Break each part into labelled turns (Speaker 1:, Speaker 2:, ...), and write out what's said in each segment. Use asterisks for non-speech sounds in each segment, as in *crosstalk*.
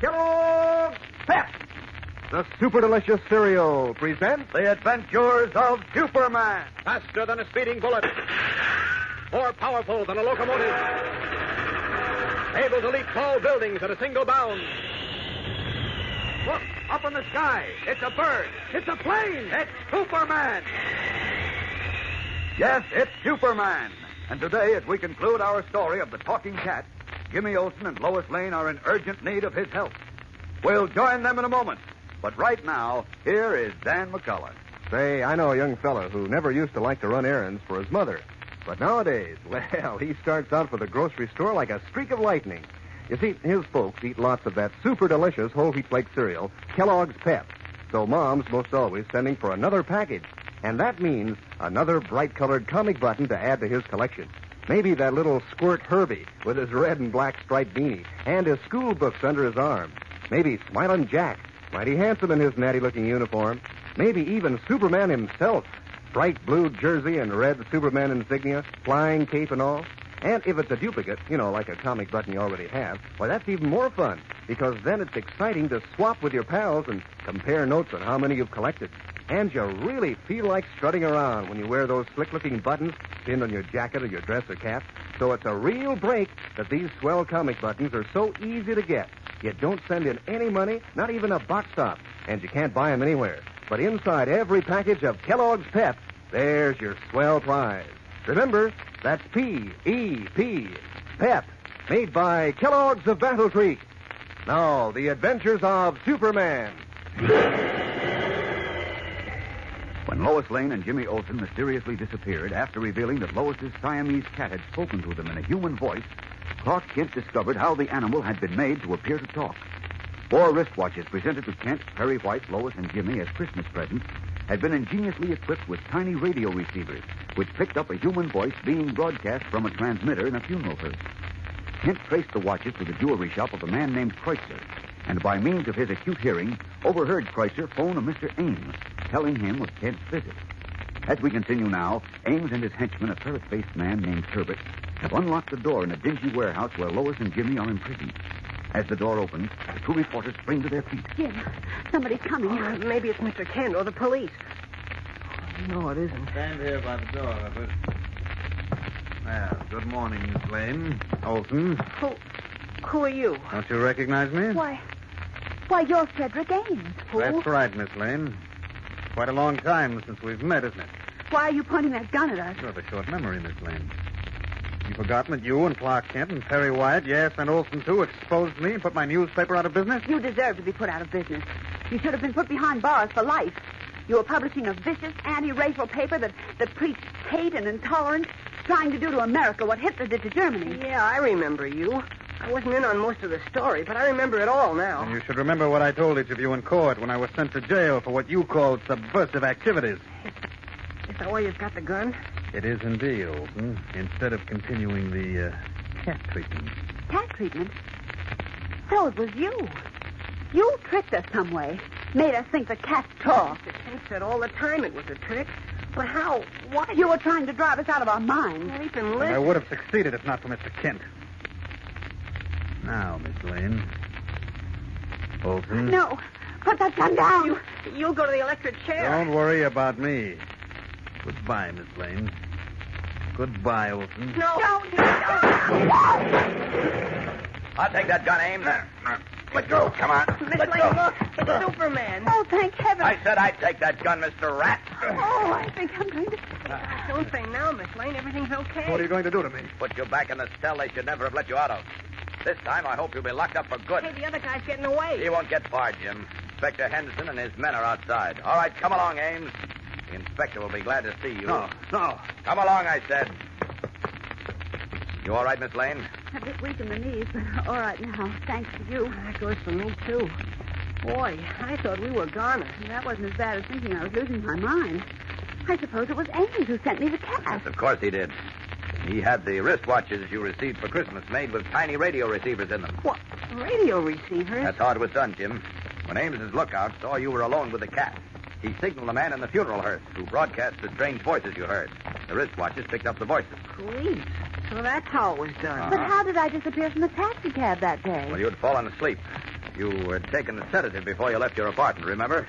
Speaker 1: Kellogg's Pep,
Speaker 2: The super delicious cereal presents
Speaker 1: The Adventures of Superman.
Speaker 3: Faster than a speeding bullet. More powerful than a locomotive. Able to leap tall buildings at a single bound.
Speaker 1: Look, up in the sky. It's a bird. It's a plane. It's Superman. Yes, it's Superman. And today, as we conclude our story of the talking cat, Jimmy Olsen and Lois Lane are in urgent need of his help. We'll join them in a moment. But right now, here is Dan McCullough.
Speaker 2: Say, I know a young fella who never used to like to run errands for his mother. But nowadays, *laughs* well, he starts out for the grocery store like a streak of lightning. You see, his folks eat lots of that super delicious whole wheat flake cereal, Kellogg's Pep. So mom's most always sending for another package. And that means another bright colored comic button to add to his collection. Maybe that little squirt Herbie with his red and black striped beanie and his school books under his arm. Maybe Smiling Jack, mighty handsome in his natty looking uniform. Maybe even Superman himself. Bright blue jersey and red Superman insignia, flying cape and all. And if it's a duplicate, you know, like a comic button you already have, why, that's even more fun because then it's exciting to swap with your pals and compare notes on how many you've collected. And you really feel like strutting around when you wear those slick looking buttons pinned on your jacket or your dress or cap. So it's a real break that these swell comic buttons are so easy to get. You don't send in any money, not even a box top, and you can't buy them anywhere. But inside every package of Kellogg's Pep, there's your swell prize. Remember, that's P E P, Pep, made by Kellogg's of Battle Creek. Now, the adventures of Superman.
Speaker 1: When Lois Lane and Jimmy Olsen mysteriously disappeared after revealing that Lois's Siamese cat had spoken to them in a human voice, Clark Kent discovered how the animal had been made to appear to talk. Four wristwatches presented to Kent, Perry White, Lois, and Jimmy as Christmas presents had been ingeniously equipped with tiny radio receivers, which picked up a human voice being broadcast from a transmitter in a funeral hearse. Kent traced the watches to the jewelry shop of a man named Kreutzer, and by means of his acute hearing, overheard Kreutzer phone a Mr. Ames, telling him of Kent's visit. As we continue now, Ames and his henchman, a ferret faced man named Turbot, have unlocked the door in a dingy warehouse where Lois and Jimmy are imprisoned. As the door opens, the two reporters spring to their feet.
Speaker 4: Jim, somebody's coming.
Speaker 5: Uh, Maybe it's Mr. Kent or the police. No, it isn't.
Speaker 6: Stand here by the door, Robert. Well, good morning, Miss Lane. Olson,
Speaker 4: Who, who are you?
Speaker 6: don't you recognize me?
Speaker 4: Why, why you're Frederick Ames. Who?
Speaker 6: That's right, Miss Lane. Quite a long time since we've met, isn't it?
Speaker 4: Why are you pointing that gun at us?
Speaker 6: You have a short memory, Miss Lane. You've forgotten that you and Clark Kent and Perry Wyatt, yes, and Olson too, exposed me and put my newspaper out of business?
Speaker 4: You deserve to be put out of business. You should have been put behind bars for life. You were publishing a vicious, anti-racial paper that, that preached hate and intolerance, trying to do to America what Hitler did to Germany.
Speaker 5: Yeah, I remember you. I wasn't in on most of the story, but I remember it all
Speaker 6: And
Speaker 5: now.
Speaker 6: you should remember what I told each of you in court when I was sent to jail for what you called subversive activities.
Speaker 1: Mm.
Speaker 5: Is that why you've got the gun?
Speaker 6: It is indeed, Olson. Instead of continuing the uh, cat treatment.
Speaker 4: Cat treatment. So it was you. You tricked us some way. Made us think the cats talked.
Speaker 5: Mr. Kent said all the time it was a trick. But how? Why?
Speaker 4: You were trying to drive us out of our minds.
Speaker 5: Leap and
Speaker 6: And I
Speaker 5: lick.
Speaker 6: would have succeeded if not for Mr. Kent. Now, Miss Lane. Olson.
Speaker 4: No, put that gun down.
Speaker 5: You, you'll go to the electric chair.
Speaker 6: Don't worry about me. Goodbye, Miss Lane. Goodbye, Olson.
Speaker 5: No.
Speaker 4: Don't. No.
Speaker 1: I'll take that gun, Ames. Let go. Oh, Come on.
Speaker 5: Miss Lane, look. It's Superman.
Speaker 4: Oh, thank heaven.
Speaker 1: said I'd take that gun, Mr. Rat.
Speaker 4: Oh, I think I'm going to.
Speaker 5: Don't say now, Miss Lane. Everything's okay.
Speaker 6: What are you going to do to me?
Speaker 1: Put you back in the cell they should never have let you out of. This time I hope you'll be locked up for good.
Speaker 5: Hey, the other guy's getting away.
Speaker 1: He won't get far, Jim. Inspector Henderson and his men are outside. All right, come along, Ames. The inspector will be glad to see you.
Speaker 6: No, no.
Speaker 1: Come along, I said. You all right, Miss Lane?
Speaker 4: A bit weak in the knees, but all right now. Thanks to you.
Speaker 5: That goes for me, too. Boy, I thought we were goners.
Speaker 4: That wasn't as bad as thinking I was losing my mind. I suppose it was Ames who sent me the
Speaker 1: Yes,
Speaker 4: cat.
Speaker 1: of course he did. He had the wristwatches you received for Christmas made with tiny radio receivers in them.
Speaker 5: What? Radio receivers?
Speaker 1: That's how it was done, Jim. When Ames's lookout saw you were alone with the cat, he signaled the man in the funeral hearse who broadcast the strange voices you heard. The wristwatches picked up the voices.
Speaker 5: Police. So that's how it was done.
Speaker 6: Uh-huh.
Speaker 4: But how did I disappear from the taxi cab that day?
Speaker 1: Well, you had fallen asleep. You had taken a sedative before you left your apartment, remember?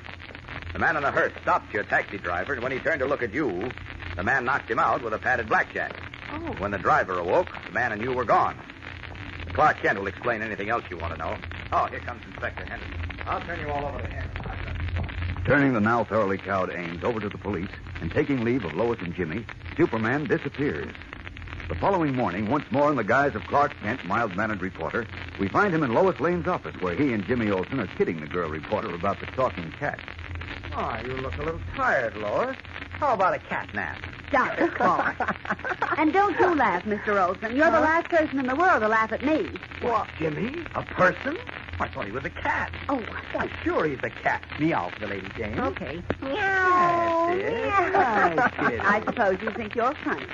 Speaker 1: The man in the hearse stopped your taxi driver, and when he turned to look at you, the man knocked him out with a padded blackjack.
Speaker 4: Oh.
Speaker 1: When the driver awoke, the man and you were gone. Clark Kent will explain anything else you want to know. Oh, here comes Inspector Henderson. I'll turn you all over to him.
Speaker 2: Turning the now thoroughly cowed Ames over to the police and taking leave of Lois and Jimmy, Superman disappears.
Speaker 1: The following morning, once more in the guise of Clark Kent, mild mannered reporter, we find him in Lois Lane's office where he and Jimmy Olsen are kidding the girl reporter about the talking cat.
Speaker 6: Oh, you look a little tired, Lois. How about a cat
Speaker 4: *laughs*
Speaker 6: nap?
Speaker 4: Dr.
Speaker 6: *laughs*
Speaker 4: Clark. and don't you laugh, Mr. Olson. You're the last person in the world to laugh at me.
Speaker 6: What, Jimmy? A person? I thought he was a cat.
Speaker 4: Oh,
Speaker 6: Why, sure he's a cat. Meow for the Lady Jane.
Speaker 4: okay.
Speaker 6: That's it. *laughs* Nice kitty.
Speaker 4: Oh, I suppose you think you're funny.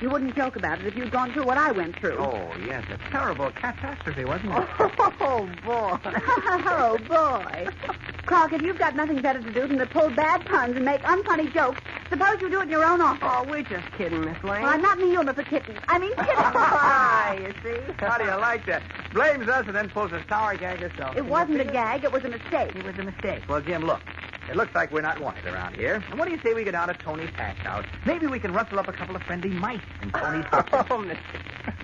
Speaker 4: You wouldn't joke about it if you'd gone through what I went through.
Speaker 6: Oh, yes, a terrible catastrophe, wasn't it?
Speaker 4: *laughs* Oh, boy. *laughs* oh, boy. Clark, if you've got nothing better to do than to pull bad puns and make unfunny jokes, suppose you do it in your own office.
Speaker 5: Oh, we're just kidding, Miss Lane.
Speaker 4: Well, I'm not in the humor for kittens. I mean
Speaker 6: *laughs*
Speaker 5: Ah,
Speaker 4: kittens.
Speaker 5: you see?
Speaker 6: How do you like that? Blames us and then pulls a sour gag herself.
Speaker 4: it wasn't a gag. It was a mistake.
Speaker 6: It was a mistake. Well, Jim, look. It looks like we're not wanted around here. And what do you say we get out of Tony's hatch house? Maybe we can rustle up a couple of friendly mice in
Speaker 4: *laughs*
Speaker 6: Tony's
Speaker 5: Oh,
Speaker 6: house.
Speaker 5: Miss-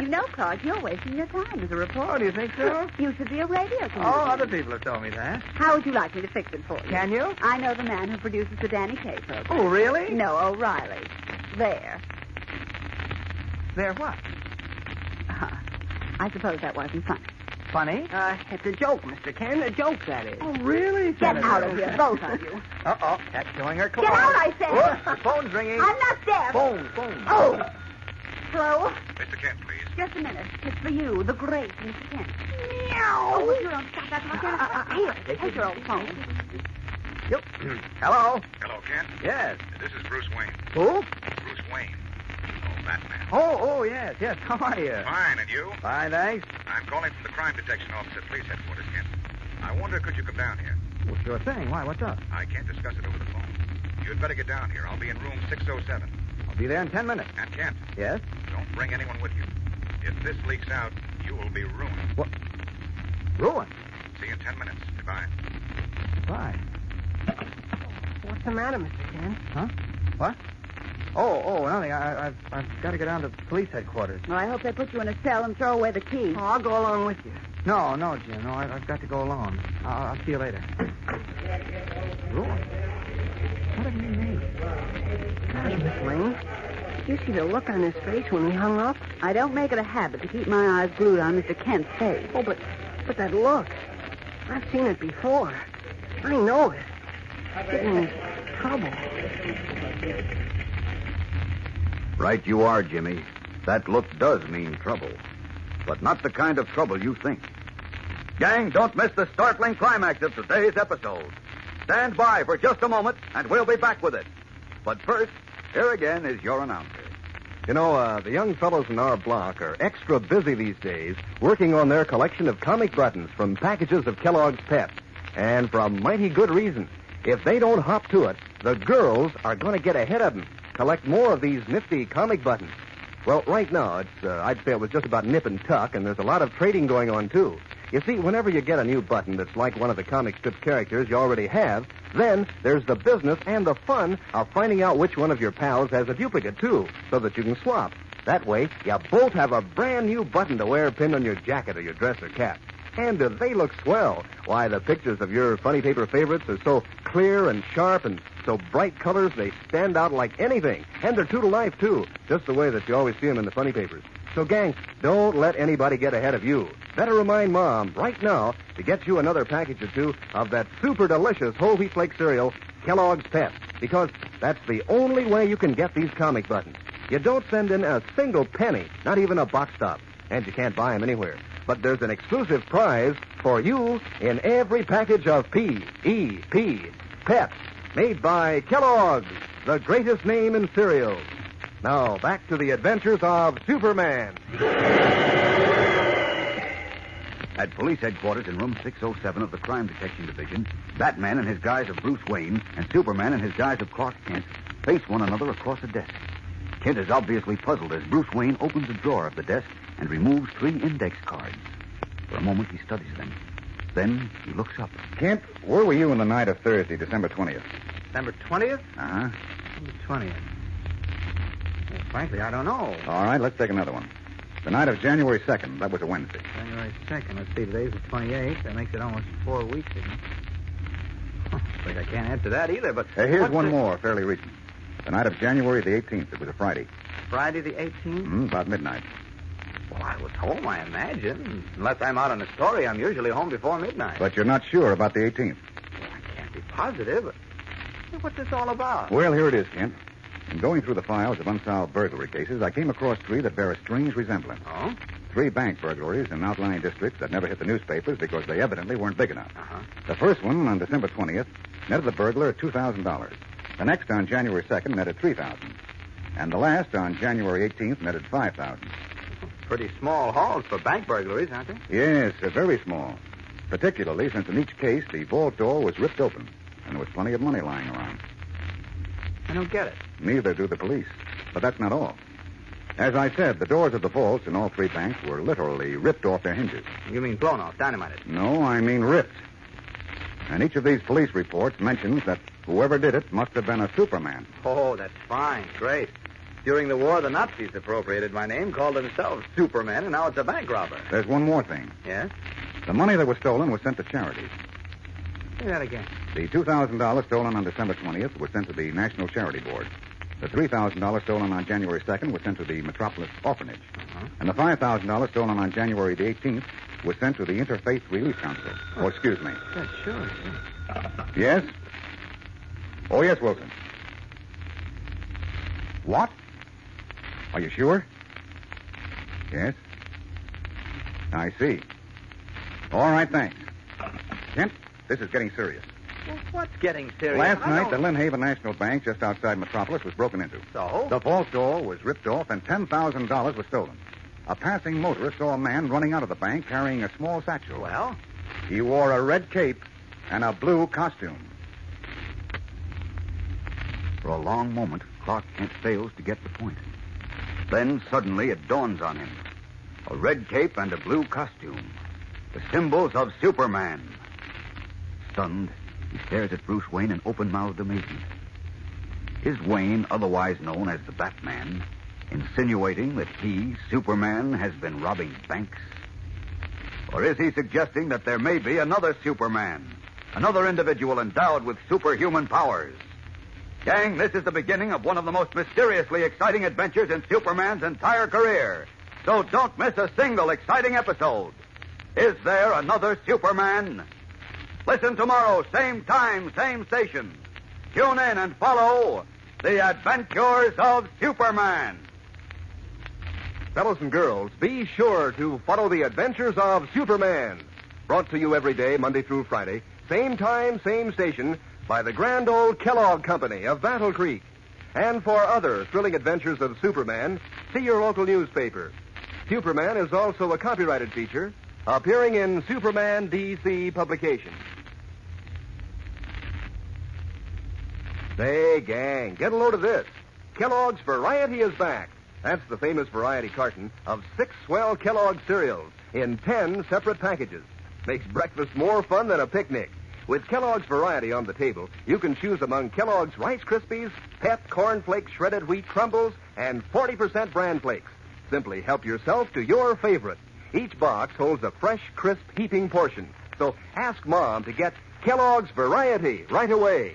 Speaker 4: You know, Clark, you're wasting your time as a reporter.
Speaker 6: Oh, do you think so?
Speaker 4: You should be a radio
Speaker 6: Oh,
Speaker 4: comedian.
Speaker 6: other people have told me that.
Speaker 4: How would you like me to fix it for you?
Speaker 6: Can you?
Speaker 4: I know the man who produces the Danny Kaye program.
Speaker 6: Oh, really?
Speaker 4: No, O'Reilly. There.
Speaker 6: They're what?
Speaker 4: Uh-huh. I suppose that wasn't funny.
Speaker 6: Funny?
Speaker 5: Uh, it's a joke, Mr. Ken. A joke, that is.
Speaker 6: Oh, really?
Speaker 4: Get out of here, both of
Speaker 6: *laughs*
Speaker 4: you.
Speaker 6: Uh-oh, that's showing her claws.
Speaker 4: Get out, I said.
Speaker 6: Whoops, the phone's ringing.
Speaker 4: I'm not deaf.
Speaker 6: Phone, phone.
Speaker 4: Oh. Hello?
Speaker 3: Mr. Kent, please.
Speaker 4: Just a minute. It's for you, the great Mr. Kent. Meow. Oh, you're on stop that
Speaker 6: uh, uh,
Speaker 4: Here,
Speaker 6: take
Speaker 4: take
Speaker 6: it
Speaker 4: your old phone.
Speaker 6: Yep. *clears throat* Hello?
Speaker 3: Hello, Kent.
Speaker 6: Yes.
Speaker 3: This is Bruce Wayne.
Speaker 6: Who?
Speaker 3: Bruce Wayne. Oh, Batman.
Speaker 6: Oh, oh, yes, yes. How are you?
Speaker 3: Fine, and you?
Speaker 6: Fine, thanks.
Speaker 3: I'm calling from the crime detection office at police headquarters, Kent. I wonder could you come down here?
Speaker 6: Well, sure thing. Why, what's up?
Speaker 3: I can't discuss it over the phone. You'd better get down here. I'll be in room 607.
Speaker 6: I'll be there in ten minutes.
Speaker 3: And Kent,
Speaker 6: Yes?
Speaker 3: don't bring anyone with you. If this leaks out, you will be ruined.
Speaker 6: What? Ruin.
Speaker 3: See you in ten minutes. Goodbye.
Speaker 6: Why?
Speaker 5: What's the matter, Mr. Ken?
Speaker 6: Huh? What? Oh, oh, nothing. I, I've, I've got to go down to police headquarters.
Speaker 4: Well, I hope they put you in a cell and throw away the key.
Speaker 5: Oh, I'll go along with you.
Speaker 6: No, no, Jim. No, I, I've got to go alone. I'll, I'll see you later. Ruin. What did he mean?
Speaker 5: Gosh, Miss Lane. You see the look on his face when he hung up?
Speaker 4: I don't make it a habit to keep my eyes glued on Mr. Kent's face.
Speaker 5: Oh, but but that look. I've seen it before. I know it. Getting trouble.
Speaker 1: Right you are, Jimmy. That look does mean trouble. But not the kind of trouble you think. Gang, don't miss the startling climax of today's episode. Stand by for just a moment, and we'll be back with it. But first, here again is your announcer.
Speaker 2: You know, uh, the young fellows in our block are extra busy these days working on their collection of comic buttons from packages of Kellogg's Pep. And for a mighty good reason. If they don't hop to it, the girls are going to get ahead of them, collect more of these nifty comic buttons. Well, right now, it's, uh, I'd say it was just about nip and tuck, and there's a lot of trading going on, too. You see, whenever you get a new button that's like one of the comic strip characters you already have, then there's the business and the fun of finding out which one of your pals has a duplicate, too, so that you can swap. That way, you both have a brand new button to wear pinned on your jacket or your dress or cap. And do they look swell? Why, the pictures of your funny paper favorites are so clear and sharp and so bright colors they stand out like anything. And they're true to life, too, just the way that you always see them in the funny papers. So, gang, don't let anybody get ahead of you. Better remind Mom right now to get you another package or two of that super delicious whole wheat flake cereal, Kellogg's Pep, because that's the only way you can get these comic buttons. You don't send in a single penny, not even a box stop.
Speaker 6: and you can't buy them anywhere. But there's an exclusive prize for you in every package of P.E.P. Pep, made by Kellogg's, the greatest name in cereals. Now, back to the adventures of Superman.
Speaker 7: At police headquarters in room 607 of the Crime Detection Division, Batman and his guise of Bruce Wayne and Superman and his guise of Clark Kent face one another across a desk. Kent is obviously puzzled as Bruce Wayne opens a drawer of the desk and removes three index cards. For a moment, he studies them. Then he looks up.
Speaker 2: Kent, where were you on the night of Thursday, December 20th?
Speaker 8: Number 20th?
Speaker 7: Uh-huh.
Speaker 2: Uh huh.
Speaker 8: Number 20th. Well, frankly, I don't know.
Speaker 2: All right, let's take another one. The night of January 2nd, that was a Wednesday.
Speaker 8: January 2nd. Let's see, today's the 28th. That makes it almost four weeks, isn't it? I think I can't answer that either, but.
Speaker 2: Uh, here's
Speaker 8: what's
Speaker 2: one
Speaker 8: this-
Speaker 2: more, fairly recent. The night of January the 18th, it was a Friday.
Speaker 8: Friday the 18th?
Speaker 2: Mm, about midnight.
Speaker 8: Well, I was home, I imagine. Unless I'm out on a story, I'm usually home before midnight.
Speaker 2: But you're not sure about the 18th.
Speaker 8: Well, I can't be positive. Hey, What's this all about?
Speaker 2: Well, here it is, Kent. In going through the files of unsolved burglary cases, I came across three that bear a strange resemblance.
Speaker 8: Oh?
Speaker 2: Three bank burglaries in outlying districts that never hit the newspapers because they evidently weren't big enough.
Speaker 8: Uh-huh.
Speaker 2: The first one on December 20th netted the burglar $2,000. The next on January 2nd netted 3000 And the last on January 18th netted 5000
Speaker 8: Pretty small hauls for bank burglaries, aren't they?
Speaker 2: Yes, uh, very small. Particularly since in each case the vault door was ripped open and there was plenty of money lying around.
Speaker 8: I don't get it.
Speaker 2: Neither do the police. But that's not all. As I said, the doors of the vaults in all three banks were literally ripped off their hinges.
Speaker 8: You mean blown off, dynamited.
Speaker 2: No, I mean ripped. And each of these police reports mentions that whoever did it must have been a Superman.
Speaker 8: Oh, that's fine. Great. During the war, the Nazis appropriated my name, called themselves Superman, and now it's a bank robber.
Speaker 2: There's one more thing.
Speaker 8: Yes?
Speaker 2: The money that was stolen was sent to charities.
Speaker 8: Say that again.
Speaker 2: The $2,000 stolen on December 20th was sent to the National Charity Board. The $3,000 stolen on January 2nd was sent to the Metropolis Orphanage. And the $5,000 stolen on January the 18th was sent to the Interfaith Relief Council. Oh, excuse me.
Speaker 8: Yeah, sure.
Speaker 2: Yes? Oh, yes, Wilson. What? Are you sure? Yes? I see. All right, thanks. Kent, this is getting serious.
Speaker 8: Well, what's getting serious?
Speaker 2: Last
Speaker 8: I
Speaker 2: night, the
Speaker 8: don't-
Speaker 2: Lynnhaven National Bank just outside Metropolis was broken into.
Speaker 8: So?
Speaker 2: The vault door was ripped off and $10,000 was stolen. A passing motorist saw a man running out of the bank carrying a small satchel.
Speaker 8: Well?
Speaker 2: He wore a red cape and a blue costume.
Speaker 7: For a long moment, Clark Kent fails to get the point. Then suddenly it dawns on him a red cape and a blue costume, the symbols of Superman. Stunned, he stares at Bruce Wayne in open mouthed amazement. Is Wayne, otherwise known as the Batman, insinuating that he, Superman, has been robbing banks? Or is he suggesting that there may be another Superman, another individual endowed with superhuman powers? Gang, this is the beginning of one of the most mysteriously exciting adventures in Superman's entire career. So don't miss a single exciting episode. Is there another Superman? Listen tomorrow, same time, same station. Tune in and follow The Adventures of Superman.
Speaker 6: Fellows and girls, be sure to follow the adventures of Superman. Brought to you every day, Monday through Friday, same time, same station, by the grand old Kellogg Company of Battle Creek. And for other thrilling adventures of Superman, see your local newspaper. Superman is also a copyrighted feature, appearing in Superman DC publications. Say, gang, get a load of this. Kellogg's Variety is back. That's the famous variety carton of six swell Kellogg cereals in ten separate packages. Makes breakfast more fun than a picnic. With Kellogg's Variety on the table, you can choose among Kellogg's Rice Krispies, Pep Cornflakes Shredded Wheat Crumbles, and 40% bran flakes. Simply help yourself to your favorite. Each box holds a fresh, crisp, heaping portion. So ask Mom to get Kellogg's Variety right away.